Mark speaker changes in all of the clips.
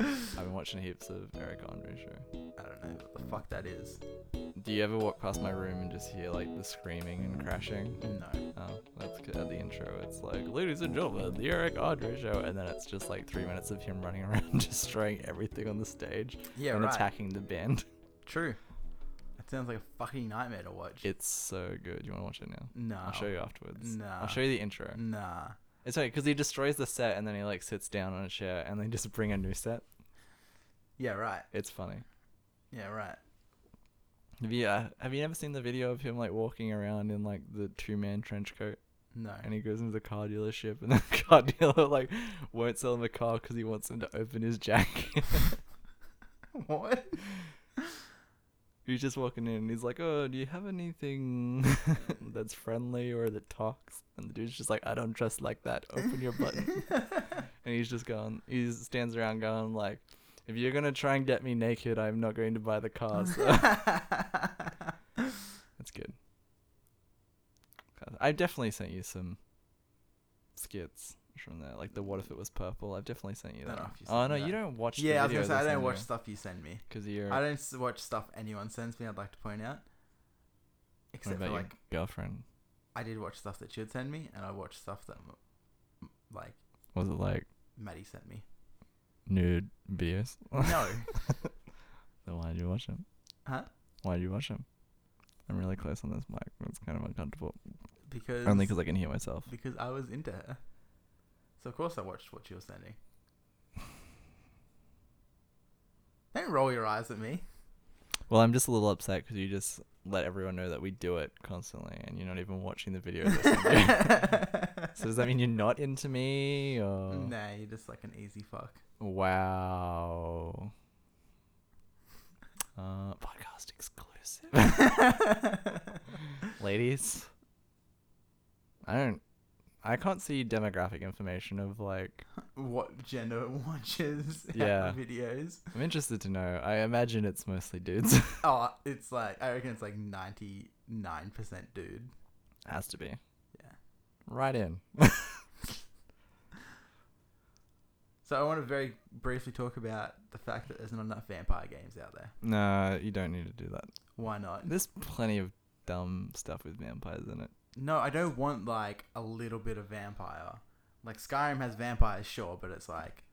Speaker 1: I've been watching heaps of Eric Andre show.
Speaker 2: I don't know what the fuck that is.
Speaker 1: Do you ever walk past my room and just hear like the screaming and crashing?
Speaker 2: No.
Speaker 1: Oh, that's good. At the intro, it's like, ladies and gentlemen, the Eric Andre show, and then it's just like three minutes of him running around destroying everything on the stage
Speaker 2: Yeah,
Speaker 1: and
Speaker 2: right.
Speaker 1: attacking the band.
Speaker 2: True. That sounds like a fucking nightmare to watch.
Speaker 1: It's so good. You want to watch it now?
Speaker 2: no.
Speaker 1: I'll show you afterwards.
Speaker 2: Nah.
Speaker 1: I'll show you the intro.
Speaker 2: Nah.
Speaker 1: It's okay because he destroys the set and then he like sits down on a chair and they just bring a new set.
Speaker 2: Yeah, right.
Speaker 1: It's funny.
Speaker 2: Yeah, right.
Speaker 1: Have you uh, have you ever seen the video of him like walking around in like the two man trench coat
Speaker 2: No.
Speaker 1: and he goes into the car dealership and the car dealer like won't sell him a car because he wants him to open his jacket.
Speaker 2: what?
Speaker 1: he's just walking in and he's like, "Oh, do you have anything that's friendly or that talks?" And the dude's just like, "I don't dress like that. Open your button." and he's just going. He stands around going like. If you're gonna try and get me naked, I'm not going to buy the car. So That's good. God, I've definitely sent you some skits from there, like the "What if it was purple." I've definitely sent you
Speaker 2: Don't
Speaker 1: that.
Speaker 2: know if you
Speaker 1: oh
Speaker 2: sent
Speaker 1: no,
Speaker 2: me
Speaker 1: you
Speaker 2: that.
Speaker 1: don't watch. the
Speaker 2: yeah, I was
Speaker 1: video
Speaker 2: gonna say I
Speaker 1: that's
Speaker 2: don't
Speaker 1: in
Speaker 2: watch
Speaker 1: there,
Speaker 2: stuff you send me.
Speaker 1: 'cause you're
Speaker 2: I don't s- watch stuff anyone sends me. I'd like to point out.
Speaker 1: what
Speaker 2: Except
Speaker 1: about
Speaker 2: for
Speaker 1: your
Speaker 2: like,
Speaker 1: girlfriend.
Speaker 2: I did watch stuff that she'd send me, and I watched stuff that m- m- like
Speaker 1: Was it like
Speaker 2: Maddie sent me.
Speaker 1: nude BS?
Speaker 2: No,
Speaker 1: then why did you watch him?
Speaker 2: Huh?
Speaker 1: Why did you watch him? I'm really close on this mic. It's kind of uncomfortable.
Speaker 2: because
Speaker 1: Only because I can hear myself.
Speaker 2: because I was into her. So of course I watched what she was sending. Don't roll your eyes at me.
Speaker 1: Well, I'm just a little upset because you just let everyone know that we do it constantly, and you're not even watching the video. that I sent you. So does that mean you're not into me? Or?
Speaker 2: nah, you're just like an easy fuck.
Speaker 1: Wow. Uh, podcast exclusive, ladies. I don't. I can't see demographic information of like.
Speaker 2: what gender watches our
Speaker 1: Yeah.
Speaker 2: videos?
Speaker 1: I'm interested to know. I imagine it's mostly dudes.
Speaker 2: Oh, it's like I reckon it's like ninety nine percent dude.
Speaker 1: Has to be.
Speaker 2: Yeah.
Speaker 1: Right in.
Speaker 2: So I want to very briefly talk about the fact that there's not enough vampire games out there.
Speaker 1: No, you don't need to do that.
Speaker 2: Why not?
Speaker 1: There's plenty of dumb stuff with vampires in it.
Speaker 2: No, I don't want like a little bit of vampire. Like Skyrim has vampires, sure, but it's like,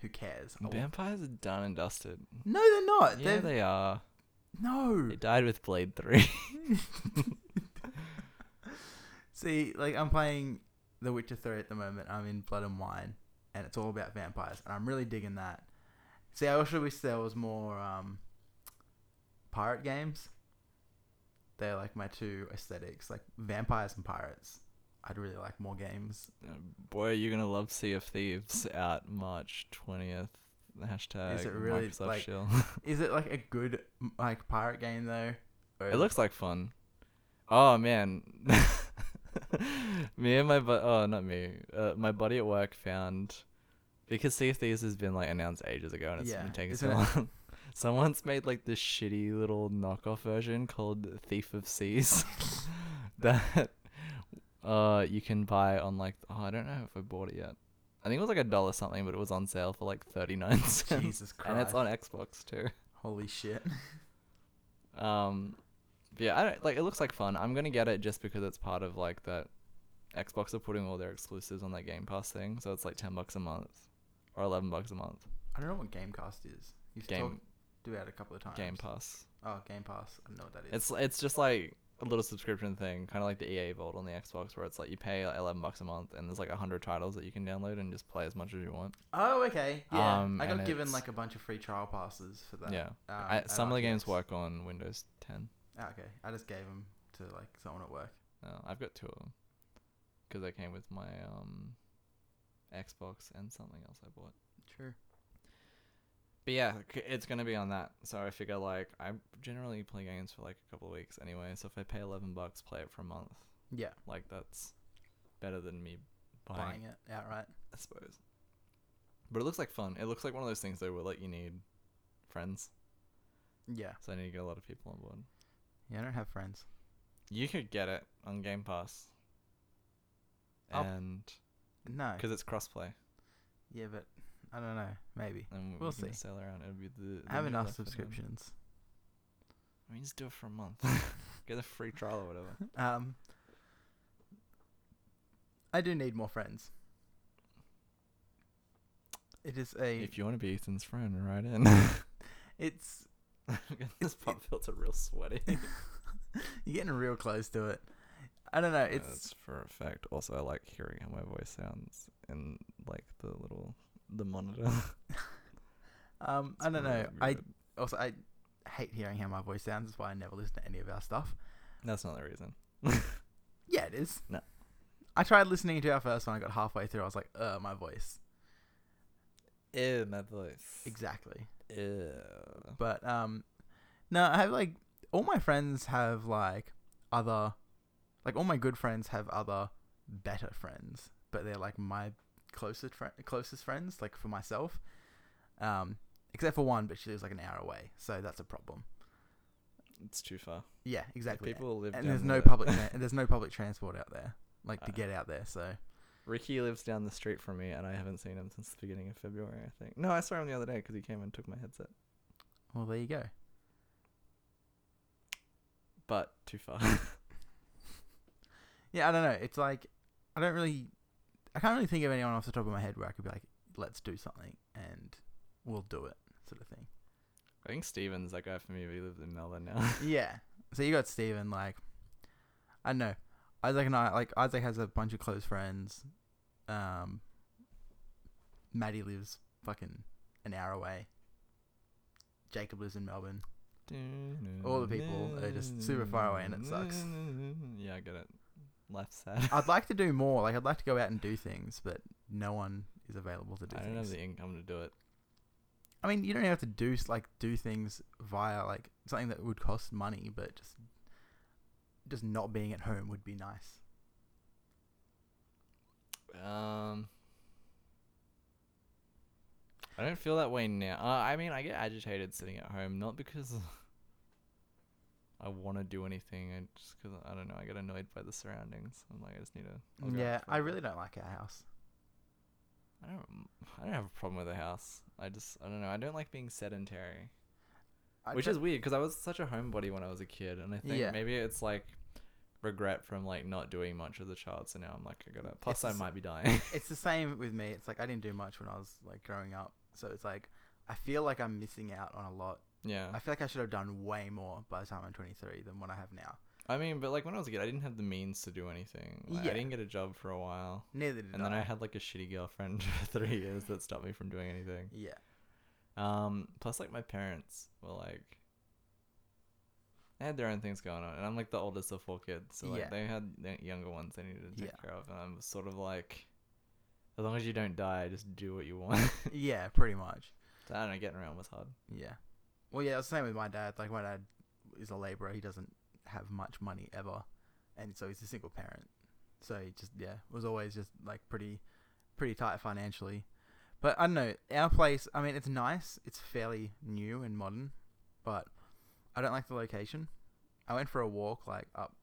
Speaker 2: who cares? I w-
Speaker 1: Vampires are done and dusted.
Speaker 2: no, they're not.
Speaker 1: Yeah,
Speaker 2: they're
Speaker 1: they are.
Speaker 2: no.
Speaker 1: They died with Blade Three.
Speaker 2: See, like I'm playing The Witcher 3 at the moment. I'm in Blood and Wine, and it's all about vampires, and I'm really digging that. See, I also wish there was more um, pirate games. They're like my two aesthetics, like vampires and pirates. I'd really like more games.
Speaker 1: Uh, boy, you're gonna love Sea of Thieves out March twentieth. Hashtag
Speaker 2: it really,
Speaker 1: Microsoft
Speaker 2: like-
Speaker 1: shill.
Speaker 2: Is it like a good m- like pirate game though? Or
Speaker 1: it looks like fun. Oh man, me and my bu- oh not me, uh, my buddy at work found because Sea of Thieves has been like announced ages ago and it's
Speaker 2: Yeah,
Speaker 1: been taking so
Speaker 2: isn't it?
Speaker 1: long. Someone's made like this shitty little knockoff version called Thief of Seas that uh you can buy on like oh, I don't know if I bought it yet. I think it was like a dollar something, but it was on sale for like thirty nine cents,
Speaker 2: Jesus
Speaker 1: and it's
Speaker 2: Christ!
Speaker 1: on Xbox too.
Speaker 2: Holy shit!
Speaker 1: Um, but yeah, I don't, like it looks like fun. I'm gonna get it just because it's part of like that. Xbox are putting all their exclusives on that Game Pass thing, so it's like ten bucks a month or eleven bucks a month.
Speaker 2: I don't know what Gamecast is. You've
Speaker 1: Game
Speaker 2: talked about it a couple of times.
Speaker 1: Game Pass.
Speaker 2: Oh, Game Pass. I don't know what that
Speaker 1: It's
Speaker 2: is.
Speaker 1: it's just like a little subscription thing, kind of like the EA Vault on the Xbox, where it's like you pay like, eleven bucks a month, and there's like hundred titles that you can download and just play as much as you want.
Speaker 2: Oh, okay. Yeah,
Speaker 1: Um,
Speaker 2: I
Speaker 1: and
Speaker 2: got given
Speaker 1: it's-
Speaker 2: like a bunch of free trial passes for that.
Speaker 1: yeah,
Speaker 2: um,
Speaker 1: I,
Speaker 2: at
Speaker 1: some of the games
Speaker 2: RTX.
Speaker 1: work on Windows 10.
Speaker 2: Ah, okay, I just gave them to like someone at work.
Speaker 1: Uh, I've got two of them because I came with my um Xbox and something else I bought.
Speaker 2: True.
Speaker 1: But yeah, c- it's gonna be on that. So I figure like I generally play games for like a couple of weeks anyway. So if I pay eleven bucks, play it for a month,
Speaker 2: Yeah,
Speaker 1: like that's better than me buying,
Speaker 2: buying it outright.
Speaker 1: I suppose. But it looks like fun. It looks like one of those things though where like you need friends.
Speaker 2: Yeah,
Speaker 1: So I need to get a lot of people on board.
Speaker 2: yeah. I don't have friends.
Speaker 1: You could get it on Game Pass.
Speaker 2: I'll-
Speaker 1: And
Speaker 2: No.
Speaker 1: because it's crossplay.
Speaker 2: Yeah, but I don't know. Maybe.
Speaker 1: And we
Speaker 2: We'll
Speaker 1: can
Speaker 2: see.
Speaker 1: Sail around. It'll be the. the
Speaker 2: I have
Speaker 1: new
Speaker 2: enough
Speaker 1: life for them.
Speaker 2: subscriptions.
Speaker 1: I mean, just do it for a month. Get a free trial or whatever.
Speaker 2: Um, I do need more friends. It is a.
Speaker 1: If you want to be Ethan's friend, right in.
Speaker 2: it's
Speaker 1: this pop filter real sweaty.
Speaker 2: you're getting real close to it. I don't know. It's
Speaker 1: That's Uh, for a fact. Also, I like hearing how my voice sounds in like the little the monitor.
Speaker 2: um. I
Speaker 1: It's
Speaker 2: don't
Speaker 1: really
Speaker 2: know. I
Speaker 1: weird.
Speaker 2: also I hate hearing how my voice sounds. That's why I never listen to any of our stuff.
Speaker 1: That's not the reason.
Speaker 2: Yeah, it is.
Speaker 1: No.
Speaker 2: I tried listening to our first one. I got halfway through. I was like, "Uh, my voice."
Speaker 1: Ew, my voice.
Speaker 2: Exactly.
Speaker 1: Ew.
Speaker 2: But um, no, I have like all my friends have like other, like all my good friends have other better friends, but they're like my closest friend, closest friends, like for myself. Um, except for one, but she lives like an hour away, so that's a problem.
Speaker 1: It's too far.
Speaker 2: Yeah, exactly.
Speaker 1: People live
Speaker 2: and
Speaker 1: down
Speaker 2: there's
Speaker 1: the-
Speaker 2: no public, tra- there's no public transport out there, like to
Speaker 1: Uh,
Speaker 2: get out there. So
Speaker 1: Ricky lives down the street from me, and I haven't seen him since the beginning of February. I think. No, I saw him the other day because he came and took my headset.
Speaker 2: well, there you go.
Speaker 1: But too far.
Speaker 2: Yeah, I don't know. It's like I don't really, I can't really think of anyone off the top of my head where I could be like, let's do something and we'll do it, sort of thing.
Speaker 1: I think Steven's that guy for me. but He lives in Melbourne now.
Speaker 2: yeah. So you got Steven, like, I don't know. Isaac and I, like, Isaac has a bunch of close friends. Um, Maddie lives fucking an hour away. Jacob lives in Melbourne. All the people are just super far away and it sucks.
Speaker 1: Yeah, I get it. Life's sad.
Speaker 2: I'd like to do more. Like, I'd like to go out and do things, but no one is available to do
Speaker 1: I don't
Speaker 2: things.
Speaker 1: have the income to do it.
Speaker 2: I mean, you don't have to do s- like do things via like something that would cost money, but just just not being at home would be nice.
Speaker 1: Um, I don't feel that way now. Uh, I mean, I get agitated sitting at home, not because I want to do anything. I just because I don't know. I get annoyed by the surroundings. I'm like, I just need to. I'll go out
Speaker 2: yeah,
Speaker 1: for a
Speaker 2: I
Speaker 1: walk.
Speaker 2: really don't like our house.
Speaker 1: I don't. I don't have a problem with the house. I just. I don't know. I don't like being sedentary.
Speaker 2: I
Speaker 1: which
Speaker 2: don't-
Speaker 1: is weird because I was such a homebody when I was a kid, and I think
Speaker 2: Yeah.
Speaker 1: maybe it's like regret from like not doing much as a child. So now I'm like, I gotta. Plus, I
Speaker 2: the s-
Speaker 1: might be dying.
Speaker 2: it's the same with me. It's like I didn't do much when I was like growing up, so it's like I feel like I'm missing out on a lot.
Speaker 1: yeah,
Speaker 2: I feel like I should have done way more by the time I'm 23 than what I have now.
Speaker 1: I mean, but like when I was a kid, I didn't have the means to do anything. Like,
Speaker 2: Yeah.
Speaker 1: I didn't get a job for a while,
Speaker 2: Neither did
Speaker 1: and then
Speaker 2: I.
Speaker 1: I had like a shitty girlfriend for three years that stopped me from doing anything.
Speaker 2: Yeah,
Speaker 1: Um, plus like my parents were like, they had their own things going on, and I'm like the oldest of four kids, so like
Speaker 2: Yeah.
Speaker 1: they had the younger ones they needed to take
Speaker 2: Yeah.
Speaker 1: care of, and I'm sort of like, as long as you don't die, just do what you want.
Speaker 2: yeah, pretty much.
Speaker 1: So I don't know, getting around was hard.
Speaker 2: Yeah. Well, yeah, it's the same with my dad. Like, my dad is a labourer. He doesn't have much money ever. And so he's a single parent. So he just, yeah, was always just, like, pretty, pretty tight financially. But I don't know. Our place, I mean, it's nice. It's fairly new and modern. But I don't like the location. I went for a walk, like, up,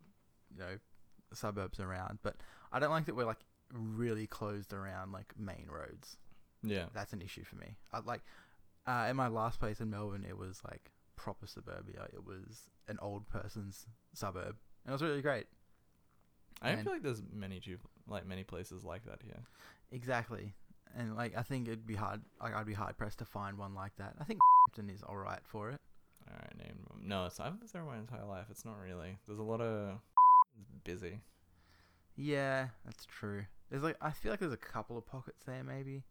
Speaker 2: you know, suburbs around. But I don't like that we're, like, really closed around, like, main roads
Speaker 1: Yeah.
Speaker 2: that's an issue for me. I like uh, in my last place in Melbourne, it was like proper suburbia. It was an old person's suburb, and it was really great.
Speaker 1: I don't
Speaker 2: And-
Speaker 1: feel like there's many ju- like many places like that here.
Speaker 2: Exactly, and like I think it'd be hard. Like I'd be hard pressed to find one like that. I think is all right for it.
Speaker 1: All right, name them. no. So I've lived there my entire life. It's not really. There's a lot of busy.
Speaker 2: Yeah, that's true. There's like I feel like there's a couple of pockets there maybe.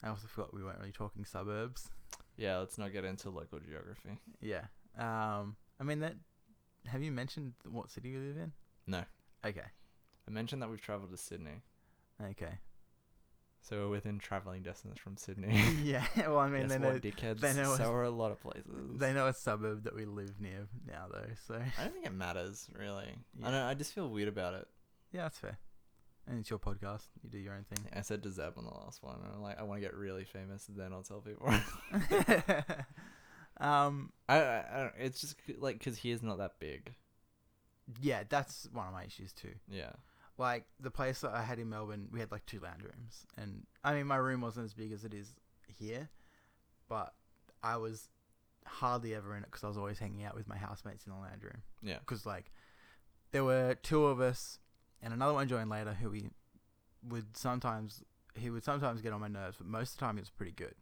Speaker 2: I also forgot we weren't really talking suburbs.
Speaker 1: Yeah, let's not get into local geography.
Speaker 2: Yeah. Um. I mean that. Have you mentioned what city you live in?
Speaker 1: No.
Speaker 2: Okay.
Speaker 1: I mentioned that we've traveled to Sydney,
Speaker 2: Okay.
Speaker 1: so we're within traveling distance from Sydney.
Speaker 2: yeah. Well, I mean,
Speaker 1: Guess
Speaker 2: then
Speaker 1: what, dickheads?
Speaker 2: they know
Speaker 1: so
Speaker 2: us-
Speaker 1: are a lot of places.
Speaker 2: They know a suburb that we live near now, though. So
Speaker 1: I don't think it matters really.
Speaker 2: Yeah.
Speaker 1: I don't. I just feel weird about it.
Speaker 2: yeah, that's fair. And it's your podcast. You do your own thing.
Speaker 1: I said to Zeb on the last one, and I'm like, I want to get really famous, and then I'll tell people.
Speaker 2: um,
Speaker 1: I, I, I don't, it's just c- like because he is not that big.
Speaker 2: yeah, that's one of my issues too.
Speaker 1: Yeah.
Speaker 2: like the place that I had in Melbourne, we had like two lounge rooms, and I mean my room wasn't as big as it is here, but I was hardly ever in it because I was always hanging out with my housemates in the lounge room.
Speaker 1: Yeah.
Speaker 2: Because like there were two of us, and another one joined later who we would sometimes he would sometimes get on my nerves, but most of the time he was pretty good.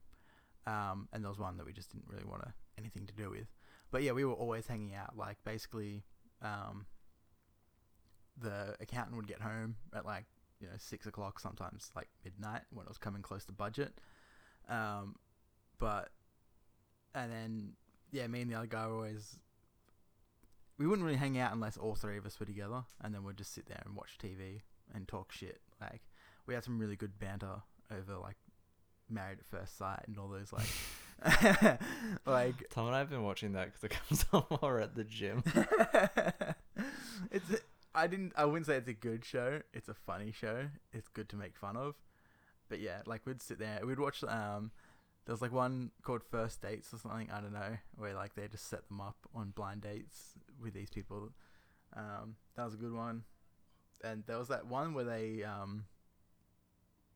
Speaker 2: Um, and there was one that we just didn't really want to, anything to do with. But yeah, we were always hanging out. Like basically, um, the accountant would get home at like you know six o'clock, sometimes like midnight when it was coming close to budget. Um, but and then yeah, me and the other guy were always. We wouldn't really hang out unless all three of us were together, and then we'd just sit there and watch TV and talk shit. Like we had some really good banter over like Married at First Sight and all those like like
Speaker 1: Tom and I have been watching that because it comes on while we're at the gym.
Speaker 2: it's a, I didn't I wouldn't say it's a good show. It's a funny show. It's good to make fun of. But yeah, like we'd sit there, we'd watch um there's like one called First Dates or something, I don't know, where like they just set them up on blind dates with these people. Um that was a good one. And there was that one where they um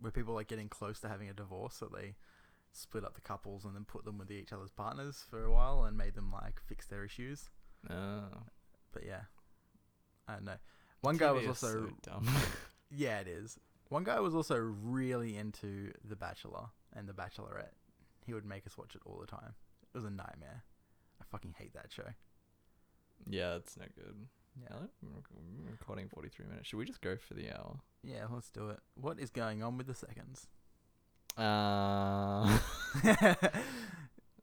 Speaker 2: where people are getting close to having a divorce, so they split up the couples and then put them with each other's partners for a while and made them like fix their issues.
Speaker 1: No.
Speaker 2: But yeah, I don't know. One guy was
Speaker 1: TV is
Speaker 2: also
Speaker 1: so dumb.
Speaker 2: yeah, it is. One guy was also really into The Bachelor and The Bachelorette. He would make us watch it all the time. It was a nightmare. I fucking hate that show.
Speaker 1: yeah, it's not good.
Speaker 2: Yeah,
Speaker 1: Yeah, we're we're recording 43 minutes. Should we just go for the hour?
Speaker 2: yeah. Let's do it. What is going on with the seconds?
Speaker 1: Uh,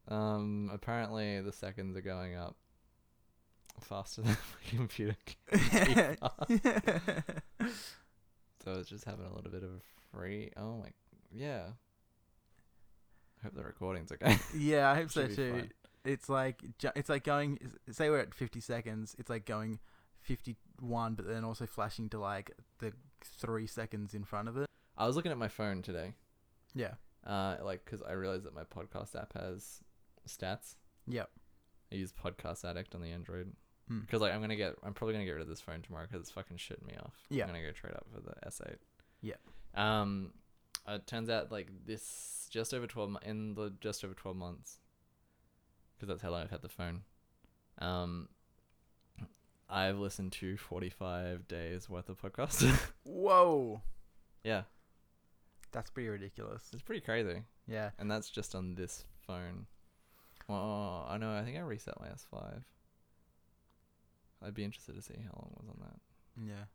Speaker 1: um, apparently the seconds are going up faster than my computer. can keep up. so it's just having a little bit of a free. Oh my, yeah. Hope the recording's okay.
Speaker 2: yeah, I hope so
Speaker 1: Should be
Speaker 2: too.
Speaker 1: fine.
Speaker 2: It's like ju- it's like going. Say we're at fifty seconds. It's like going fifty-one, but then also flashing to like the three seconds in front of it.
Speaker 1: I was looking at my phone today,
Speaker 2: Yeah.
Speaker 1: uh, like because I realized that my podcast app has stats.
Speaker 2: Yep.
Speaker 1: I use Podcast Addict on the Android.
Speaker 2: Hmm.
Speaker 1: Because like I'm gonna get, I'm probably gonna get rid of this phone tomorrow because it's fucking shitting me off.
Speaker 2: Yeah.
Speaker 1: I'm gonna go trade up for the S8.
Speaker 2: Yeah.
Speaker 1: Um, it turns out like this just over twelve mo- in the just over twelve months, because that's how long I've had the phone. Um, I've listened to forty five days worth of podcasts.
Speaker 2: Whoa.
Speaker 1: yeah,
Speaker 2: That's pretty ridiculous.
Speaker 1: it's pretty crazy,
Speaker 2: Yeah.
Speaker 1: and that's just on this phone. Oh, I know. I think I reset my S5. I'd be interested to see how long was on that.
Speaker 2: Yeah.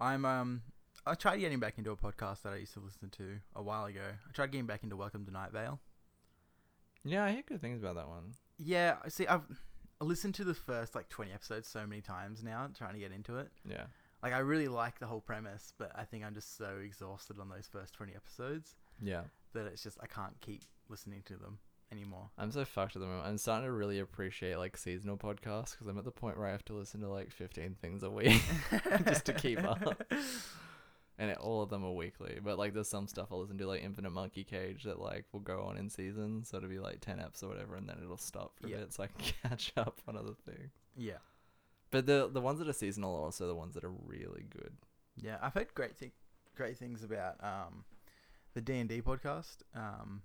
Speaker 2: I'm um I tried getting back into a podcast that I used to listen to a while ago. I tried getting back into Welcome to Night Vale.
Speaker 1: Yeah, I hear good things about that one.
Speaker 2: Yeah, I see I've I listened to the first like 20 episodes so many times now trying to get into it.
Speaker 1: Yeah.
Speaker 2: Like I really like the whole premise, but I think I'm just so exhausted on those first 20 episodes
Speaker 1: Yeah.
Speaker 2: that it's just I can't keep listening to them anymore.
Speaker 1: I'm so fucked at the moment. I'm starting to really appreciate like seasonal podcasts because I'm at the point where I have to listen to like 15 things a week just to keep up. And it, all of them are weekly. But like there's some stuff I'll listen to like Infinite Monkey Cage that like will go on in season. So it'll be like 10 eps or whatever and then it'll stop for
Speaker 2: Yeah.
Speaker 1: a bit so I can catch up on other things.
Speaker 2: Yeah.
Speaker 1: But the the ones that are seasonal are also the ones that are really good.
Speaker 2: Yeah, I've heard great thing, great things about um, the D and D podcast. Um,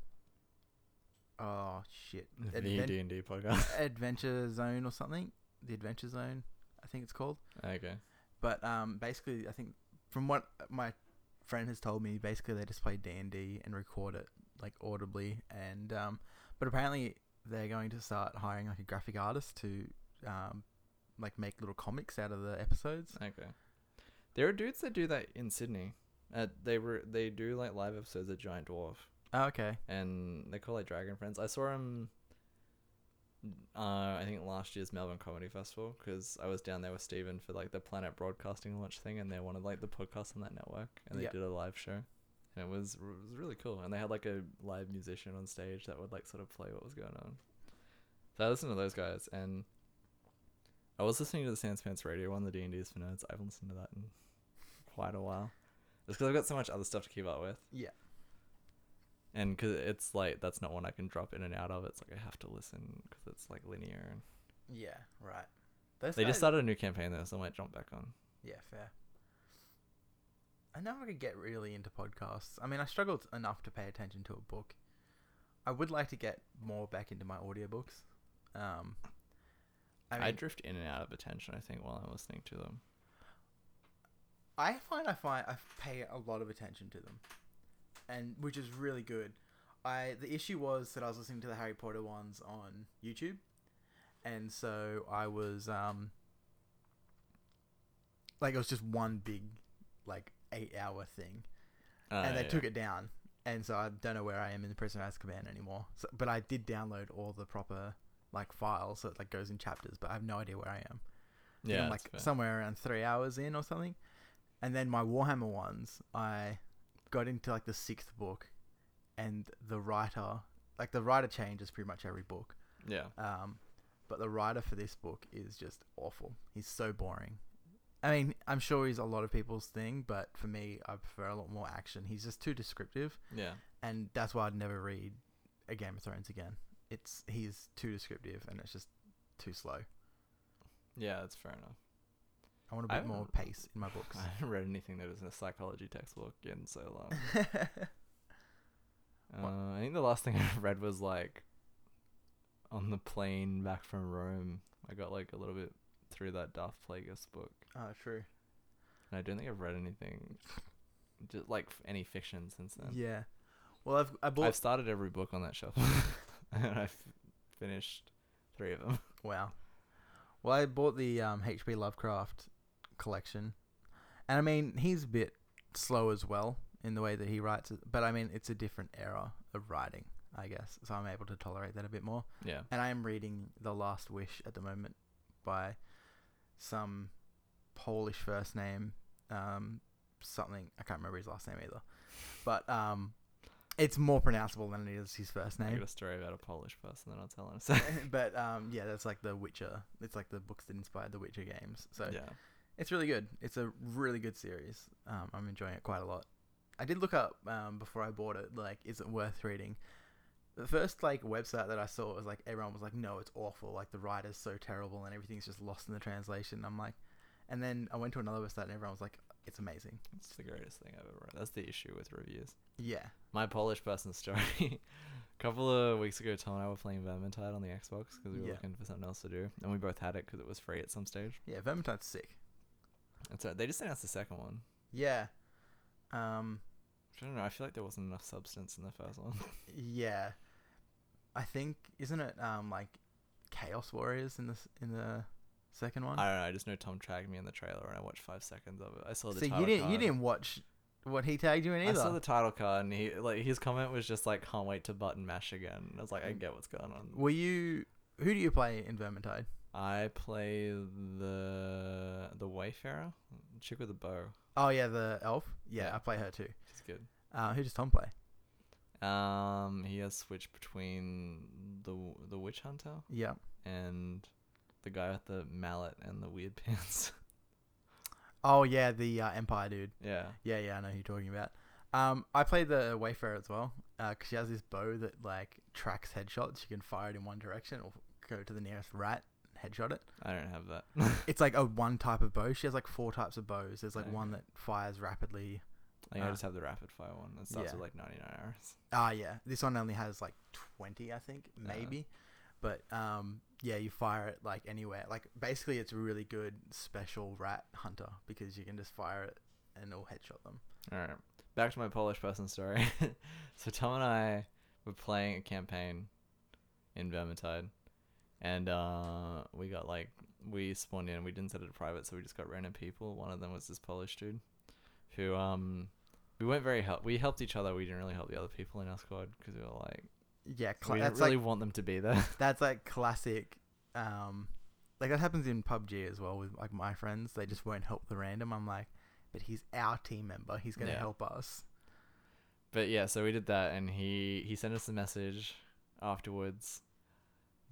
Speaker 2: oh shit, Adven-
Speaker 1: D&D podcast.
Speaker 2: Adventure Zone or something. The Adventure Zone, I think it's called.
Speaker 1: okay.
Speaker 2: But um, basically, I think from what my friend has told me, basically they just play D and D and record it like audibly. And um, but apparently they're going to start hiring like a graphic artist to um, like make little comics out of the episodes.
Speaker 1: Okay. There are dudes that do that in Sydney. Uh, they were they do like live episodes of Giant Dwarf.
Speaker 2: Oh, okay.
Speaker 1: and they call it Dragon Friends. I saw him. Uh, I think last year's Melbourne Comedy Festival because I was down there with Steven for like the Planet Broadcasting launch thing, and they wanted like the podcast on that network, and they
Speaker 2: Yeah.
Speaker 1: did a live show, and it was it was really cool. And they had like a live musician on stage that would like sort of play what was going on. So I listened to those guys, and I was listening to the Sans Pants Radio one, the D and D's for Nerds. I haven't listened to that in quite a while. It's because I've got so much other stuff to keep up with
Speaker 2: Yeah.
Speaker 1: and because it's like that's not one I can drop in and out of. It's like I have to listen because it's like linear. And
Speaker 2: Yeah, right. Those
Speaker 1: they just
Speaker 2: guys-
Speaker 1: started a new campaign though, so I might jump back on.
Speaker 2: Yeah, fair. I never could get really into podcasts. I mean, I struggled enough to pay attention to a book. I would like to get more back into my audiobooks. Um,
Speaker 1: I,
Speaker 2: I mean,
Speaker 1: drift in and out of attention, I think, while I'm listening to them.
Speaker 2: I find I find I pay a lot of attention to them, and which is really good. I the issue was that I was listening to the Harry Potter ones on YouTube, and so I was um like it was just one big like eight hour thing,
Speaker 1: Uh, Oh,
Speaker 2: and they took it down, and so I don't know where I am in the Prisoner of Azkaban anymore. So, but I did download all the proper like files, so it like goes in chapters, but I have no idea where I am. Yeah,
Speaker 1: Yeah,
Speaker 2: I'm
Speaker 1: that's
Speaker 2: like
Speaker 1: fair.
Speaker 2: somewhere around three hours in or something. And then my Warhammer ones, I got into like the sixth book, and the writer, like the writer changes pretty much every book.
Speaker 1: yeah.
Speaker 2: Um, but the writer for this book is just awful. He's so boring. I mean, I'm sure he's a lot of people's thing, but for me, I prefer a lot more action. He's just too descriptive,
Speaker 1: Yeah.
Speaker 2: and that's why I'd never read a Game of Thrones again. It's he's too descriptive, and it's just too slow.
Speaker 1: Yeah, that's fair enough.
Speaker 2: I want a
Speaker 1: I
Speaker 2: bit more
Speaker 1: haven't-
Speaker 2: pace in my books.
Speaker 1: I haven't read anything that was in a psychology textbook in so long. Uh, I think the last thing I read was like on the plane back from Rome. I got like a little bit through that Darth Plagueis book,
Speaker 2: oh, true.
Speaker 1: and I don't think I've read anything, just like f- any fiction since then.
Speaker 2: Yeah. Well, I've I bought.
Speaker 1: I've started every book on that shelf, and I've finished three of them.
Speaker 2: wow. Well, I bought the um, H.P. Lovecraft collection, and I mean he's a bit slow as well in the way that he writes it, but I mean it's a different era of writing, I guess. So I'm able to tolerate that a bit more.
Speaker 1: Yeah,
Speaker 2: And I am reading The Last Wish at the moment by some Polish first name, um, something I can't remember his last name either, but um, it's more pronounceable than it is his first
Speaker 1: I
Speaker 2: name.
Speaker 1: got a story about a Polish person that I'll tell in a second.
Speaker 2: but um, yeah, that's like The Witcher. It's like the books that inspired The Witcher games. So
Speaker 1: yeah,
Speaker 2: it's really good. It's a really good series. Um, I'm enjoying it quite a lot. I did look up um, before I bought it, like, is it worth reading? The first like website that I saw was like everyone was like, no, it's awful. Like the writer's so terrible and everything's just lost in the translation. I'm like, and then I went to another website and everyone was like, it's amazing.
Speaker 1: it's the greatest thing I've ever read. That's the issue with reviews.
Speaker 2: Yeah.
Speaker 1: my Polish person story. a couple of weeks ago, Tom and I were playing Vermintide on the Xbox because we were
Speaker 2: Yeah.
Speaker 1: looking for something else to do, and we both had it because it was free at some stage.
Speaker 2: Yeah. Vermintide's sick.
Speaker 1: And so they just announced the second one.
Speaker 2: Yeah. Um,
Speaker 1: I don't know. I feel like there wasn't enough substance in the first one.
Speaker 2: Yeah, I think isn't it um like Chaos Warriors in the s- in the second one?
Speaker 1: I don't know. I just know Tom tagged me in the trailer, and I watched five seconds of it. I saw the
Speaker 2: so
Speaker 1: title
Speaker 2: you didn't
Speaker 1: card.
Speaker 2: you didn't watch what he tagged you in
Speaker 1: I
Speaker 2: either.
Speaker 1: saw the title card, and he like his comment was just like, "Can't wait to button mash again." And I was like, "I get what's going on."
Speaker 2: Were you who do you play in Vermintide?
Speaker 1: I play the the Wayfarer, chick with a bow.
Speaker 2: Oh yeah, the elf. Yeah,
Speaker 1: Yeah.
Speaker 2: I play her too.
Speaker 1: She's good.
Speaker 2: Uh, who does Tom play?
Speaker 1: Um, he has switched between the the witch hunter
Speaker 2: Yeah.
Speaker 1: and the guy with the mallet and the weird pants.
Speaker 2: Oh yeah, the uh, Empire dude.
Speaker 1: yeah,
Speaker 2: Yeah, yeah, I know who you're talking about. Um, I play the Wayfarer as well because she has this bow that like tracks headshots. She can fire it in one direction or go to the nearest rat and headshot it.
Speaker 1: I don't have that.
Speaker 2: it's like a one type of bow. She has like four types of bows. There's like
Speaker 1: Okay.
Speaker 2: one that fires rapidly.
Speaker 1: like, I
Speaker 2: Ah.
Speaker 1: just have the rapid fire one. It starts
Speaker 2: Yeah.
Speaker 1: with like ninety nine arrows.
Speaker 2: Ah, yeah. This one only has like twenty, I think,
Speaker 1: Ah.
Speaker 2: maybe. But um, yeah, you fire it like anywhere. Like basically, it's a really good special rat hunter because you can just fire it and it'll headshot them.
Speaker 1: All right, back to my Polish person story. so Tom and I were playing a campaign in Vermintide, and uh, we got like we spawned in. We didn't set it to private, so we just got random people. One of them was this Polish dude, who um, we weren't very help. We helped each other. We didn't really help the other people in our squad because we were like
Speaker 2: Yeah, cla
Speaker 1: we didn't
Speaker 2: that's
Speaker 1: really
Speaker 2: like
Speaker 1: want them to be there.
Speaker 2: that's like classic. Um, like that happens in PUBG as well with like my friends. They just won't help the random. I'm like, but he's our team member. He's gonna
Speaker 1: Yeah.
Speaker 2: help us.
Speaker 1: but yeah, so we did that, and he he sent us a message afterwards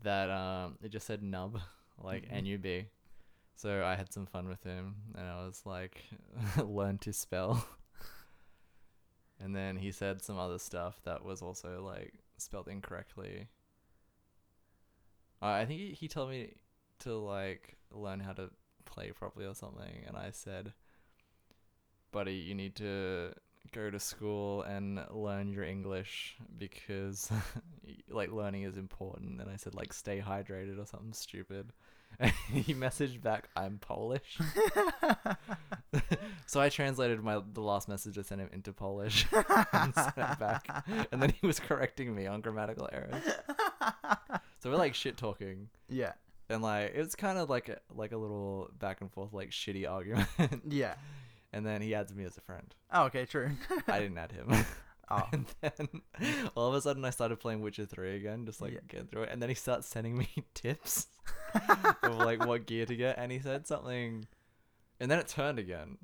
Speaker 1: that um it just said nub like
Speaker 2: Mhm.
Speaker 1: nub. So I had some fun with him, and I was like, learn to spell. and then he said some other stuff that was also like spelled incorrectly. Uh, I think he, he told me to like learn how to play properly or something, and I said, buddy, you need to go to school and learn your English because y- like learning is important. And I said like stay hydrated or something stupid. And he messaged back, "I'm Polish." so I translated my the last message I sent him into Polish and sent it back. And then he was correcting me on grammatical errors. So we're like shit talking.
Speaker 2: yeah,
Speaker 1: And like it's kind of like a, like a little back and forth like shitty argument.
Speaker 2: yeah.
Speaker 1: and then he adds me as a friend.
Speaker 2: Oh, okay, true.
Speaker 1: I didn't add him.
Speaker 2: Oh,
Speaker 1: And then all of a sudden, I started playing Witcher 3 again, just like
Speaker 2: Yeah.
Speaker 1: getting through it. And then he starts sending me tips of like what gear to get. And he said something. And then it turned again.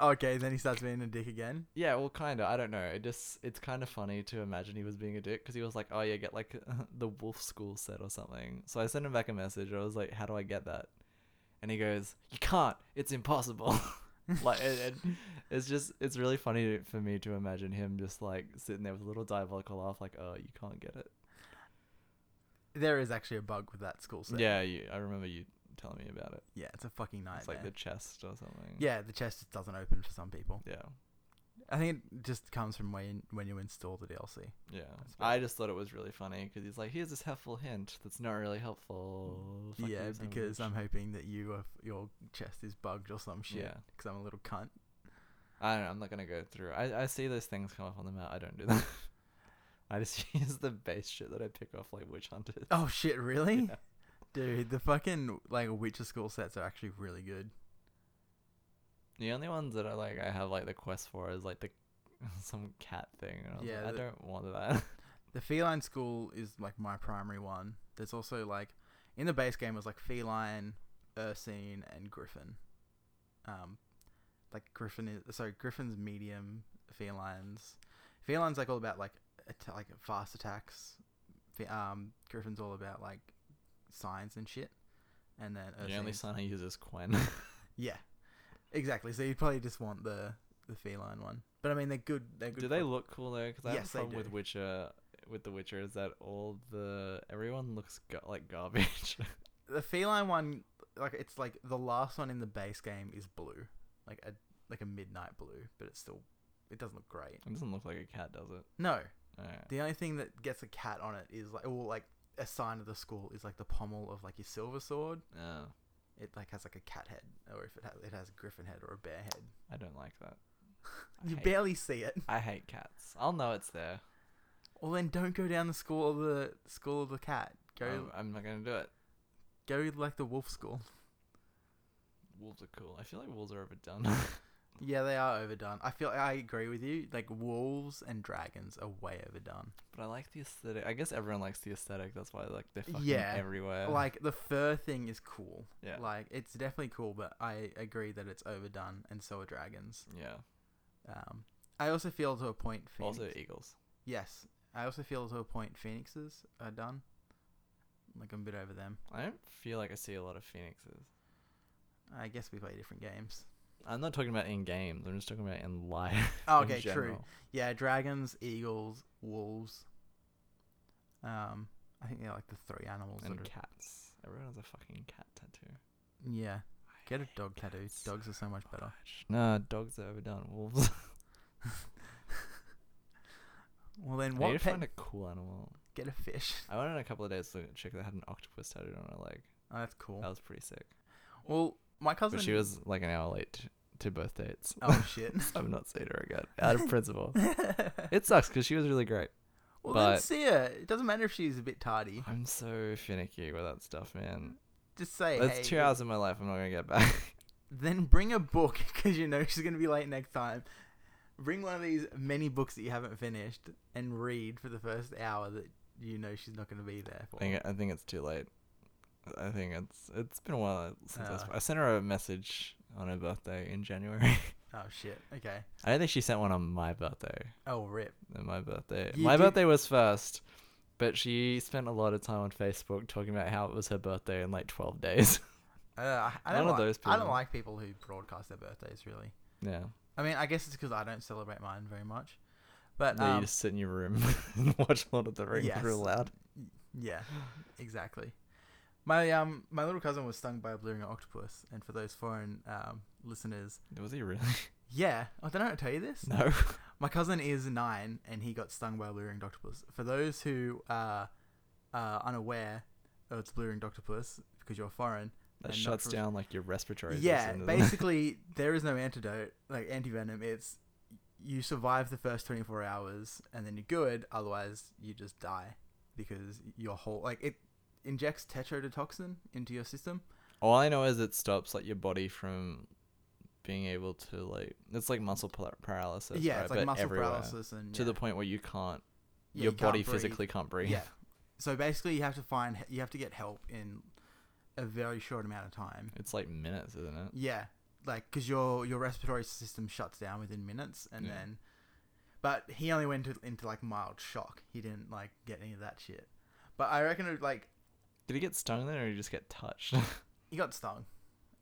Speaker 2: okay. Then he starts being a dick again.
Speaker 1: Yeah, well, kind of. I don't know. It just, it's kind of funny to imagine he was being a dick because he was like, oh, yeah, get like the wolf school set or something. So I sent him back a message. I was like, how do I get that? And he goes, you can't. It's impossible. like, it, it, it's just, it's really funny to- for me to imagine him just like sitting there with a little diabolical laugh, like, oh, you can't get it.
Speaker 2: There is actually a bug with that school set.
Speaker 1: Yeah, you, I remember you telling me about it.
Speaker 2: yeah. It's a fucking nightmare.
Speaker 1: It's like the chest or something.
Speaker 2: yeah, the chest just doesn't open for some people.
Speaker 1: Yeah.
Speaker 2: I think it just comes from when when you install the DLC.
Speaker 1: Yeah,
Speaker 2: That's about
Speaker 1: I
Speaker 2: it.
Speaker 1: just thought it was really funny because he's like, "Here's this helpful hint that's not really helpful." Fuck you,
Speaker 2: yeah,
Speaker 1: son of a
Speaker 2: because
Speaker 1: bitch.
Speaker 2: I'm hoping that you are, your chest is bugged or some shit.
Speaker 1: Yeah,
Speaker 2: Because I'm a little cunt.
Speaker 1: I don't know. I'm not gonna go through. I I see those things come up on the map. I don't do that. I just use the base shit that I pick off like witch hunters.
Speaker 2: Oh shit! Really,
Speaker 1: Yeah.
Speaker 2: dude? The fucking like Witcher school sets are actually really good.
Speaker 1: The only ones that I like, I have like the quest for is like the some cat thing. And I was
Speaker 2: Yeah,
Speaker 1: like,
Speaker 2: the-
Speaker 1: I don't want that.
Speaker 2: The feline school is like my primary one. There's also like in the base game was like feline, ursine, and griffin. Um, like griffin is so griffin's medium. Felines, felines like all about like atta like fast attacks. Fe- um, griffin's all about like science and shit. And then
Speaker 1: the only
Speaker 2: ursine's-
Speaker 1: sign I use is Quen.
Speaker 2: yeah, exactly. So you probably just want the the feline one. But I mean they're good. They're good.
Speaker 1: do they
Speaker 2: for-
Speaker 1: look cool though? Because I have
Speaker 2: Yes,
Speaker 1: a
Speaker 2: they
Speaker 1: problem with
Speaker 2: do.
Speaker 1: Witcher. With the Witcher, is that all the everyone looks ga- like garbage.
Speaker 2: the feline one like it's like the last one in the base game is blue like a like a midnight blue but it's still it doesn't look great
Speaker 1: It doesn't look like a cat, does it?
Speaker 2: no
Speaker 1: Alright.
Speaker 2: the only thing that gets a cat on it is like well like a sign of the school is like the pommel of like your silver sword
Speaker 1: Uh,
Speaker 2: it like has like a cat head or if it has it has a griffin head or a bear head
Speaker 1: I don't like that. I
Speaker 2: you
Speaker 1: hate-
Speaker 2: barely see it
Speaker 1: I hate cats. I'll know it's there.
Speaker 2: well then don't go down the school of the school of the cat go
Speaker 1: I'm, I'm not gonna do it.
Speaker 2: go like the wolf school
Speaker 1: Wolves are cool. I feel like wolves are overdone.
Speaker 2: yeah they are overdone i feel i agree with you like wolves and dragons are way overdone
Speaker 1: but I like the aesthetic. I guess everyone likes the aesthetic. That's why like they're fucking
Speaker 2: Yeah,
Speaker 1: everywhere.
Speaker 2: like the fur thing is cool.
Speaker 1: yeah,
Speaker 2: Like it's definitely cool, but I agree that it's overdone, and so are dragons.
Speaker 1: yeah.
Speaker 2: Um, I also feel to a point. Phoenix,
Speaker 1: Also e- eagles.
Speaker 2: yes, I also feel to a point phoenixes are done. Like I'm a bit over them.
Speaker 1: I don't feel like I see a lot of phoenixes.
Speaker 2: I guess we play different games.
Speaker 1: I'm not talking about in games. I'm just talking about in life.
Speaker 2: Oh,
Speaker 1: in
Speaker 2: okay, true.
Speaker 1: general.
Speaker 2: Yeah, dragons, eagles, wolves. Um, I think they're like the three animals. That
Speaker 1: And
Speaker 2: are,
Speaker 1: cats. Everyone has a fucking cat tattoo.
Speaker 2: yeah,
Speaker 1: I
Speaker 2: get a
Speaker 1: hate
Speaker 2: dog tattoo.
Speaker 1: cats
Speaker 2: Dogs are so much better.
Speaker 1: much. No, dogs are overdone. Wolves.
Speaker 2: Well, then
Speaker 1: I need
Speaker 2: what
Speaker 1: to
Speaker 2: pet?
Speaker 1: find a cool animal.
Speaker 2: Get a fish.
Speaker 1: I went on a couple of days to a chick that had an octopus tattooed on her leg.
Speaker 2: Oh, that's cool.
Speaker 1: That was pretty sick.
Speaker 2: Well, my cousin.
Speaker 1: But she was like an hour late t- to both dates.
Speaker 2: Oh shit.
Speaker 1: I've not seen her again out of principle. It sucks because she was really great.
Speaker 2: well,
Speaker 1: but-
Speaker 2: then see her. It doesn't matter if she's a bit tardy.
Speaker 1: I'm so finicky with that stuff, man.
Speaker 2: Just say,
Speaker 1: That's
Speaker 2: hey,
Speaker 1: two hours of my life I'm not gonna get back.
Speaker 2: then bring a book because you know she's gonna be late next time. Bring one of these many books that you haven't finished and read for the first hour that you know she's not gonna be there
Speaker 1: I
Speaker 2: for.
Speaker 1: think, I think it's too late. I think it's it's been a while since I,
Speaker 2: Ah.
Speaker 1: sp- I sent her a message on her birthday in January.
Speaker 2: Oh shit. Okay.
Speaker 1: I don't think she sent one on my birthday.
Speaker 2: Oh rip.
Speaker 1: than my birthday.
Speaker 2: You
Speaker 1: my
Speaker 2: did-
Speaker 1: birthday was first, but she spent a lot of time on Facebook talking about how it was her birthday in like 12 days.
Speaker 2: Uh, I, I
Speaker 1: I'm
Speaker 2: don't
Speaker 1: one of
Speaker 2: like,
Speaker 1: those
Speaker 2: I don't
Speaker 1: people.
Speaker 2: like people who broadcast their birthdays really.
Speaker 1: yeah.
Speaker 2: I mean, I guess it's because I don't celebrate mine very much. But
Speaker 1: No, you
Speaker 2: um,
Speaker 1: just sit in your room and watch Lord of the Rings
Speaker 2: Yes.
Speaker 1: real loud.
Speaker 2: Yeah, exactly. My um my little cousin was stung by a blue ring octopus, and for those foreign um, listeners,
Speaker 1: Was he really?
Speaker 2: Yeah. Oh, did I not tell you this?
Speaker 1: No.
Speaker 2: My cousin is nine, and he got stung by a blue-ringed octopus. For those who are uh, unaware, oh, it's blue-ringed octopus because you're foreign.
Speaker 1: That
Speaker 2: And not
Speaker 1: shuts
Speaker 2: from-
Speaker 1: down like your respiratory
Speaker 2: yeah,
Speaker 1: system, doesn't it?
Speaker 2: basically, there is no antidote, like antivenom. It's you survive the first 24 hours and then you're good, otherwise, you just die because your whole like it injects tetrodotoxin into your system.
Speaker 1: All I know is it stops like your body from being able to like it's like muscle par- paralysis.
Speaker 2: yeah,
Speaker 1: right?
Speaker 2: it's like
Speaker 1: But
Speaker 2: muscle
Speaker 1: everywhere,
Speaker 2: paralysis and
Speaker 1: to
Speaker 2: yeah,
Speaker 1: the point where you can't
Speaker 2: yeah,
Speaker 1: your
Speaker 2: you can't
Speaker 1: body
Speaker 2: breathe.
Speaker 1: physically can't breathe.
Speaker 2: Yeah. So basically, you have to find you have to get help in a very short amount of time.
Speaker 1: It's like minutes, isn't it?
Speaker 2: Yeah, like because your your respiratory system shuts down within minutes, and
Speaker 1: Yeah.
Speaker 2: then, but he only went to, into like mild shock. He didn't like get any of that shit. But I reckon it, like
Speaker 1: Did he get stung then or did he just get touched?
Speaker 2: he got stung,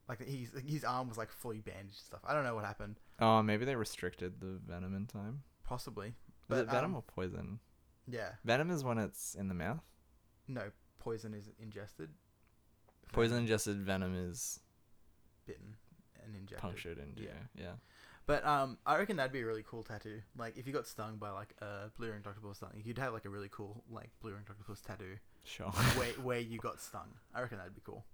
Speaker 2: like his his arm was like fully bandaged and stuff. I don't know what happened.
Speaker 1: oh, maybe they restricted the venom in time.
Speaker 2: Possibly.
Speaker 1: Is it venom
Speaker 2: um,
Speaker 1: or poison?
Speaker 2: Yeah.
Speaker 1: Venom is when it's in the mouth.
Speaker 2: No poison is ingested.
Speaker 1: Poison ingested venom is
Speaker 2: bitten and injected.
Speaker 1: punctured and yeah.
Speaker 2: Yeah.
Speaker 1: yeah.
Speaker 2: But um, I reckon that'd be a really cool tattoo. Like if you got stung by like a blue ring octopus or something, you'd have like a really cool like blue ring octopus tattoo
Speaker 1: Sure.
Speaker 2: where where you got stung. I reckon that'd be cool.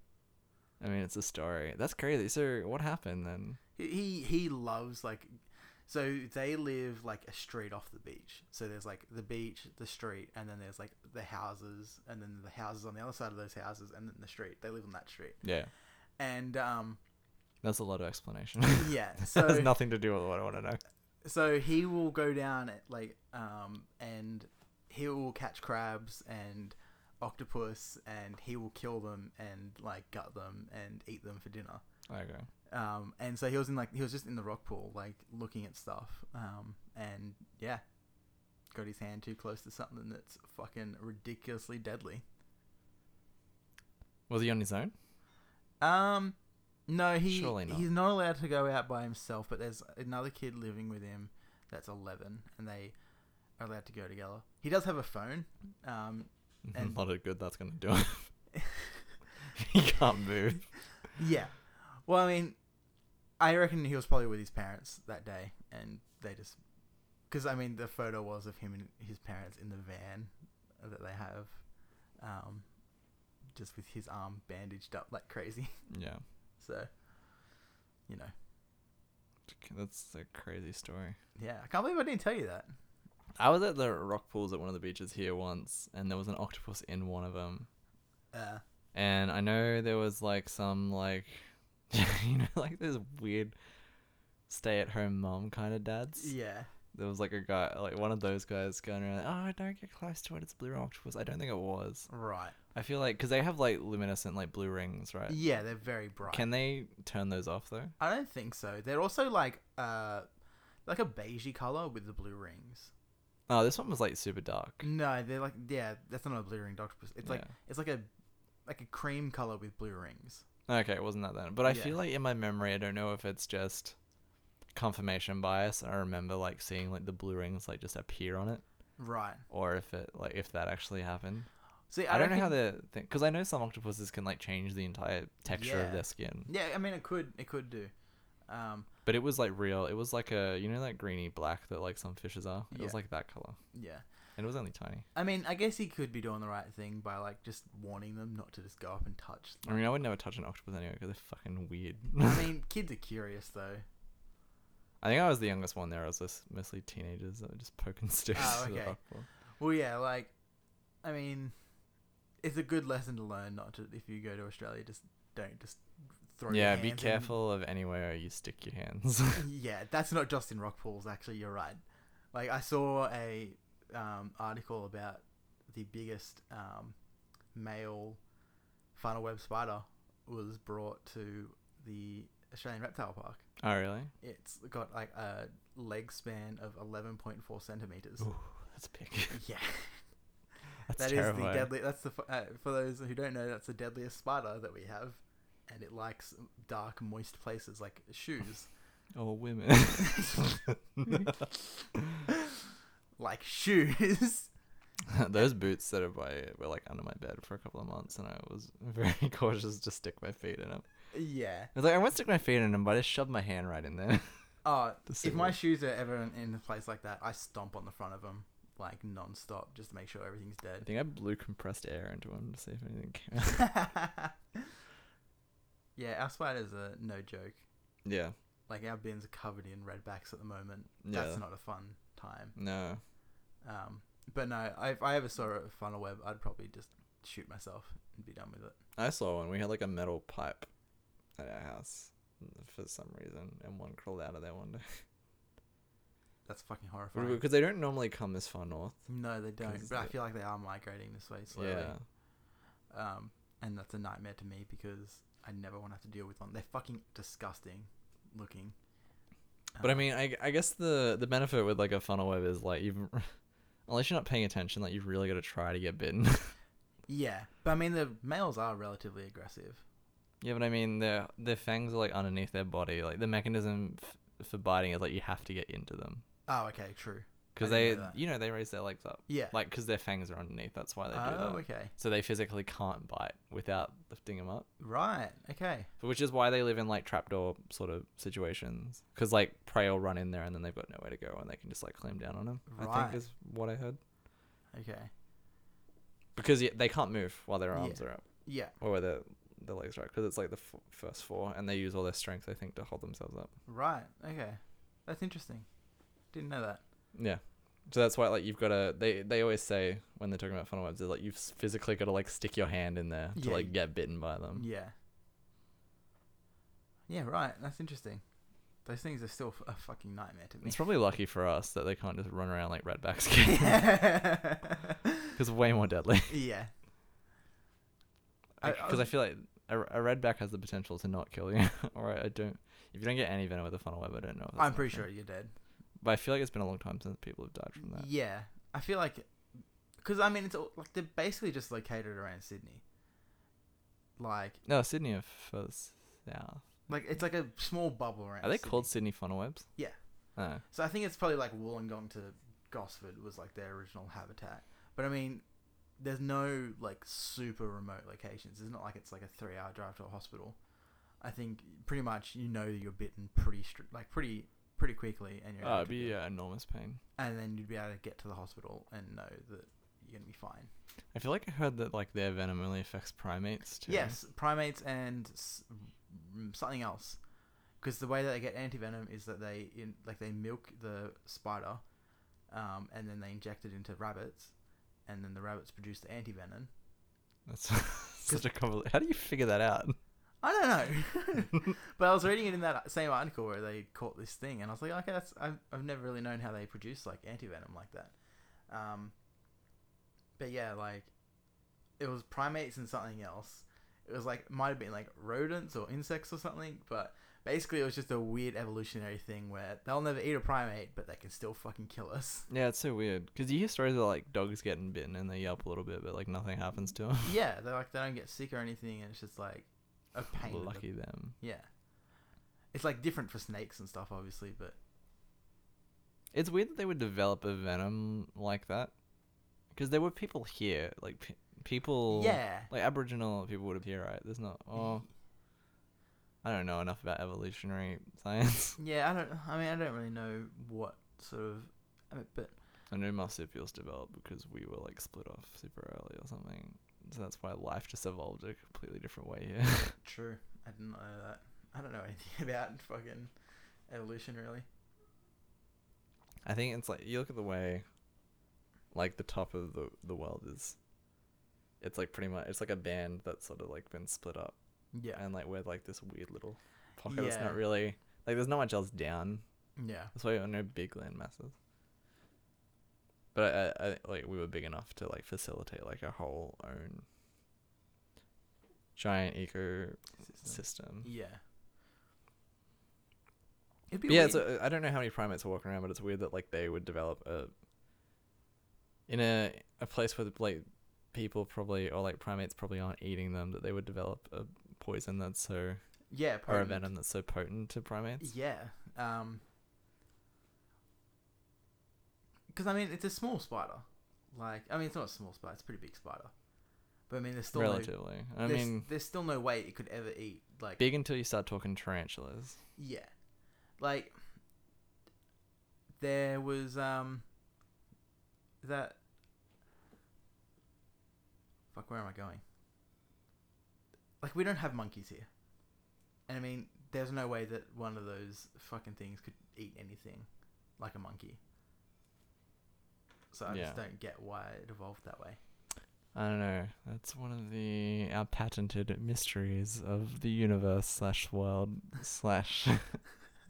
Speaker 1: I mean it's a story. That's crazy. So what happened then?
Speaker 2: He he, he loves like. So they live like a street off the beach. So there's like the beach, the street, and then there's like the houses, and then the houses on the other side of those houses, and then the street. They live on that street.
Speaker 1: Yeah.
Speaker 2: And um,
Speaker 1: That's a lot of explanation.
Speaker 2: yeah.
Speaker 1: that has
Speaker 2: So
Speaker 1: nothing to do with what I want to know.
Speaker 2: so he will go down at, like um and he will catch crabs and octopus and he will kill them and like gut them and eat them for dinner
Speaker 1: Okay.
Speaker 2: um and so he was in like he was just in the rock pool like looking at stuff um and yeah got his hand too close to something that's fucking ridiculously deadly
Speaker 1: Was he on his own?
Speaker 2: um no he
Speaker 1: Surely not.
Speaker 2: he's not allowed to go out by himself but there's another kid living with him that's 11 and they are allowed to go together he does have a phone um And-
Speaker 1: Not a good that's gonna do it. he can't move.
Speaker 2: Yeah. Well, I mean, I reckon he was probably with his parents that day, and they just because I mean the photo was of him and his parents in the van that they have, um, just with his arm bandaged up like crazy.
Speaker 1: Yeah.
Speaker 2: So, you know,
Speaker 1: That's a crazy story.
Speaker 2: yeah, I can't believe I didn't tell you that.
Speaker 1: I was at the rock pools at one of the beaches here once, and there was an octopus in one of them.
Speaker 2: Uh,
Speaker 1: And I know there was like some like, you know, like those weird stay-at-home mom kind of dads.
Speaker 2: yeah,
Speaker 1: There was like a guy, like one of those guys going around. Oh, don't get close to it. It's a blue octopus. I don't think it was.
Speaker 2: right.
Speaker 1: I feel like because they have like luminescent like blue rings, right?
Speaker 2: Yeah, they're very bright.
Speaker 1: Can they turn those off though?
Speaker 2: I don't think so. They're also like uh, like a beigey color with the blue rings.
Speaker 1: Oh, this one was like super dark.
Speaker 2: No, they're like yeah, that's not a blue ringed octopus. It's like
Speaker 1: Yeah.
Speaker 2: it's like a like a cream color with blue rings.
Speaker 1: Okay, it wasn't that then. But I
Speaker 2: Yeah.
Speaker 1: feel like in my memory, I don't know if it's just confirmation bias. I remember like seeing like the blue rings like just appear on it,
Speaker 2: Right.
Speaker 1: or if it like if that actually happened.
Speaker 2: See,
Speaker 1: I, don't know how
Speaker 2: reckon-
Speaker 1: the thing because I know some octopuses can like change the entire texture
Speaker 2: Yeah.
Speaker 1: of their skin.
Speaker 2: Yeah, I mean it could it could do. Um,
Speaker 1: But it was like real. It was like a you know that greeny black that like some fishes are. It was
Speaker 2: Yeah.
Speaker 1: like that color,
Speaker 2: yeah.
Speaker 1: and it was only tiny.
Speaker 2: I mean, I guess he could be doing the right thing by like just warning them not to just go up and touch.
Speaker 1: I mean, I would never touch an octopus anyway because they're fucking weird.
Speaker 2: I mean, kids are curious though.
Speaker 1: I think I was the youngest one there. I was just mostly teenagers that were just poking sticks.
Speaker 2: Oh,
Speaker 1: to the
Speaker 2: okay.
Speaker 1: rock wall.
Speaker 2: Well, yeah, like, I mean, it's a good lesson to learn not to. If you go to Australia, just don't just throw. your
Speaker 1: Yeah, be
Speaker 2: hands in.
Speaker 1: careful of anywhere you stick your hands.
Speaker 2: yeah, that's not just in rock pools. Actually, you're right. Like I saw a um, article about the biggest um, male funnel web spider was brought to the Australian Reptile Park.
Speaker 1: oh, really?
Speaker 2: It's got like a leg span of 11.4 centimeters.
Speaker 1: Ooh, that's big.
Speaker 2: Yeah,
Speaker 1: That's
Speaker 2: that is
Speaker 1: terrifying.
Speaker 2: the deadly. That's the fu- uh, for those who don't know, that's the deadliest spider that we have, and it likes dark, moist places like shoes.
Speaker 1: Oh, women.
Speaker 2: like shoes.
Speaker 1: Those boots that are by were like under my bed for a couple of months, and I was very cautious to stick my feet in them.
Speaker 2: Yeah.
Speaker 1: I was like, I won't stick my feet in them, but I shoved my hand right in there.
Speaker 2: Oh,
Speaker 1: to see
Speaker 2: if my
Speaker 1: what-
Speaker 2: shoes are ever in, in a place like that, I stomp on the front of them like non-stop just to make sure everything's
Speaker 1: I
Speaker 2: dead.
Speaker 1: think I blew compressed air into him to see if anything came out.
Speaker 2: yeah, our spiders are no joke.
Speaker 1: yeah.
Speaker 2: Like our bins are covered in redbacks at the moment.
Speaker 1: Yeah.
Speaker 2: That's not a fun time.
Speaker 1: no.
Speaker 2: Um, but no, I, if I ever saw a funnel web, I'd probably just shoot myself and be done with it.
Speaker 1: I saw one. We had like a metal pipe at our house for some reason, and one crawled out of there one day.
Speaker 2: That's fucking horrifying.
Speaker 1: Because they don't normally come this far north.
Speaker 2: No, they don't.
Speaker 1: 'Cause
Speaker 2: But I
Speaker 1: the-
Speaker 2: feel like they are migrating this way slowly.
Speaker 1: Yeah.
Speaker 2: Um, and that's a nightmare to me because I never want to have to deal with one. They're fucking disgusting looking.
Speaker 1: But I
Speaker 2: Um,
Speaker 1: mean, I, I guess the the benefit with like a funnel web is like you, unless you're not paying attention, like you've really got to try to get bitten.
Speaker 2: yeah. But I mean, the males are relatively aggressive.
Speaker 1: yeah, but I mean, their their fangs are like underneath their body. Like the mechanism f- for biting is like you have to get into them
Speaker 2: Oh, okay, true.
Speaker 1: because
Speaker 2: I
Speaker 1: they,
Speaker 2: didn't know that.
Speaker 1: you know, they raise their legs up,
Speaker 2: Yeah.
Speaker 1: like because their fangs are underneath. That's why they do that.
Speaker 2: oh, okay.
Speaker 1: So they physically can't bite without lifting them up,
Speaker 2: Right. Okay.
Speaker 1: But which is why they live in like trapdoor sort of situations. Because like prey will run in there and then they've got nowhere to go and they can just like climb down on them. I
Speaker 2: Right.
Speaker 1: think is what I heard.
Speaker 2: Okay.
Speaker 1: because y- they can't move while their
Speaker 2: Yeah.
Speaker 1: arms are up
Speaker 2: Yeah.
Speaker 1: or where their their legs are up because it's like the f- first four and they use all their strength I think to hold themselves up.
Speaker 2: Right. Okay. That's interesting. Didn't know that.
Speaker 1: Yeah, so that's why like you've got to they they always say when they're talking about funnel webs they're like you've s- physically got to like stick your hand in there to
Speaker 2: Yeah,
Speaker 1: like
Speaker 2: y-
Speaker 1: get bitten by them.
Speaker 2: Yeah. Yeah. Right. That's interesting. Those things are still f- a fucking nightmare to me.
Speaker 1: It's probably lucky for us that they can't just run around like ratbacks
Speaker 2: yeah.
Speaker 1: because way more deadly.
Speaker 2: I-
Speaker 1: Because I, feel like a, a redback has the potential to not kill you, or I, I don't. If you don't get any venom with a funnel web, I don't know. if that's
Speaker 2: I'm
Speaker 1: an
Speaker 2: pretty
Speaker 1: option.
Speaker 2: sure you're dead.
Speaker 1: But I feel like it's been a long time since people have died from that.
Speaker 2: Yeah, I feel like, because I mean, it's all, like they're basically just located around Sydney. Like,
Speaker 1: No, Oh, Sydney are further south.
Speaker 2: like it's like a small bubble around.
Speaker 1: Are they
Speaker 2: Sydney.
Speaker 1: called Sydney funnel webs?
Speaker 2: Yeah.
Speaker 1: Oh.
Speaker 2: So I think it's probably like Wollongong to Gosford was like their original habitat. But I mean, there's no like super remote locations. It's not like it's like a three-hour drive to a hospital. I think pretty much you know you're bitten pretty str- like pretty pretty quickly, and you're
Speaker 1: Oh,
Speaker 2: able
Speaker 1: it'd
Speaker 2: to
Speaker 1: be
Speaker 2: do it.
Speaker 1: uh, enormous pain.
Speaker 2: and then you'd be able to get to the hospital and know that you're gonna be fine.
Speaker 1: I feel like I heard that like their venom only affects primates too.
Speaker 2: Yes, primates and s- mm, something else, because the way that they get anti venom is that they in, like they milk the spider, um, and then they inject it into rabbits, and then the rabbits produce the anti venom.
Speaker 1: That's such a convoluted. How do you figure that out?
Speaker 2: I don't know, but I was reading it in that same article where they caught this thing, and I was like, okay, that's I've, I've never really known how they produce like anti venom like that. Um, but yeah, like it was primates and something else. It was like might have been like rodents or insects or something, but basically it was just a weird evolutionary thing where they'll never eat a primate, but they can still fucking kill us.
Speaker 1: Yeah, it's so weird. Cause you hear stories of like dogs getting bitten and they yelp a little bit, but like nothing happens to them.
Speaker 2: yeah, they are like they don't get sick or anything, and it's just like a pain. in the
Speaker 1: Lucky them.
Speaker 2: Yeah. It's like different for snakes and stuff, obviously, but
Speaker 1: It's weird that they would develop a venom like that. Cause there were people here, like pe- people.
Speaker 2: yeah.
Speaker 1: Like Aboriginal people would appear, right? There's not. Oh, I don't know enough about evolutionary science.
Speaker 2: Yeah, I don't. I mean, I don't really know what sort of, I mean, but
Speaker 1: I know marsupials developed because we were like split off super early or something. So that's why life just evolved a completely different way here.
Speaker 2: true. I didn't know that. I don't know anything about fucking evolution really.
Speaker 1: I think it's like you look at the way like the top of the the world is it's like pretty much it's like a band that's sort of like been split up
Speaker 2: Yeah.
Speaker 1: and like we're like this weird little pocket that's
Speaker 2: Yeah.
Speaker 1: not really like there's not much else down.
Speaker 2: Yeah.
Speaker 1: That's why there are no big land masses. But I, I, I like we were big enough to like facilitate like a whole own giant eco
Speaker 2: System.
Speaker 1: system.
Speaker 2: Yeah. It'd be
Speaker 1: But yeah,
Speaker 2: weird.
Speaker 1: so I don't know how many primates are walking around, but it's weird that like they would develop a in a a place where like people probably or like primates probably aren't eating them that they would develop a poison that's so
Speaker 2: yeah.
Speaker 1: or a
Speaker 2: probably.
Speaker 1: venom that's so potent to primates.
Speaker 2: Yeah. Um. Because I mean, it's a small spider. Like, I mean, it's not a small spider. It's a pretty big spider. But I mean, there's still
Speaker 1: Relatively,
Speaker 2: no.
Speaker 1: I
Speaker 2: there's,
Speaker 1: mean,
Speaker 2: there's still no way it could ever eat like
Speaker 1: big until you start talking tarantulas.
Speaker 2: Yeah. Like there was um that fuck where am i going like we don't have monkeys here and i mean there's no way that one of those fucking things could eat anything like a monkey so i
Speaker 1: Yeah.
Speaker 2: just don't get why it evolved that way
Speaker 1: I don't know. That's one of the our patented mysteries of the universe slash world slash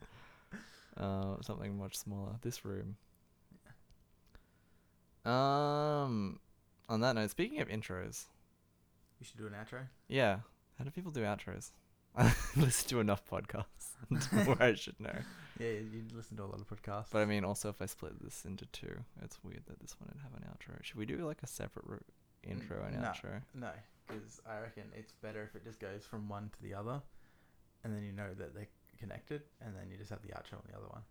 Speaker 1: uh, something much smaller. This room. Um. On that note, speaking of intros,
Speaker 2: we should do an outro
Speaker 1: yeah, how do people do outros? I listen to enough podcasts where I should know.
Speaker 2: yeah you listen to a lot of podcasts
Speaker 1: But I mean, also if I split this into two, it's weird that this one didn't have an outro. Should we do like a separate ro- intro and
Speaker 2: no.
Speaker 1: outro?
Speaker 2: No, because I reckon it's better if it just goes from one to the other, and then you know that they're connected, and then you just have the outro on the other one.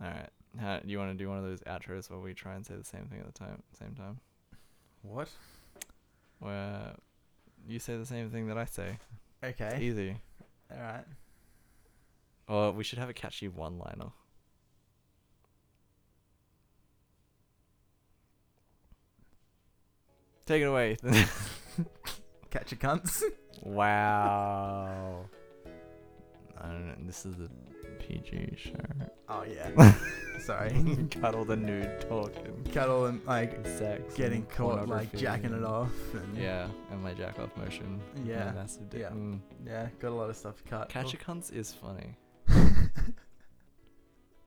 Speaker 1: All right. How, do you want to do one of those outros where we try and say the same thing at the time, same time?
Speaker 2: What?
Speaker 1: Where you say the same thing that I say. It's
Speaker 2: Okay.
Speaker 1: easy.
Speaker 2: All right.
Speaker 1: Or we should have a catchy one-liner. Take it away. Ethan.
Speaker 2: Catch your cunts.
Speaker 1: wow. I don't know. This is a PG show.
Speaker 2: oh yeah. Sorry.
Speaker 1: Cut all the nude talking.
Speaker 2: Cuddle and like
Speaker 1: Sex.
Speaker 2: getting
Speaker 1: and
Speaker 2: caught like
Speaker 1: pornography
Speaker 2: jacking it
Speaker 1: and-
Speaker 2: off. And
Speaker 1: Yeah, and my jack off motion.
Speaker 2: Yeah,
Speaker 1: My massive dick.
Speaker 2: yeah.
Speaker 1: Mm.
Speaker 2: Yeah. Got a lot of stuff cut. Oh.
Speaker 1: Catch a cunts is funny.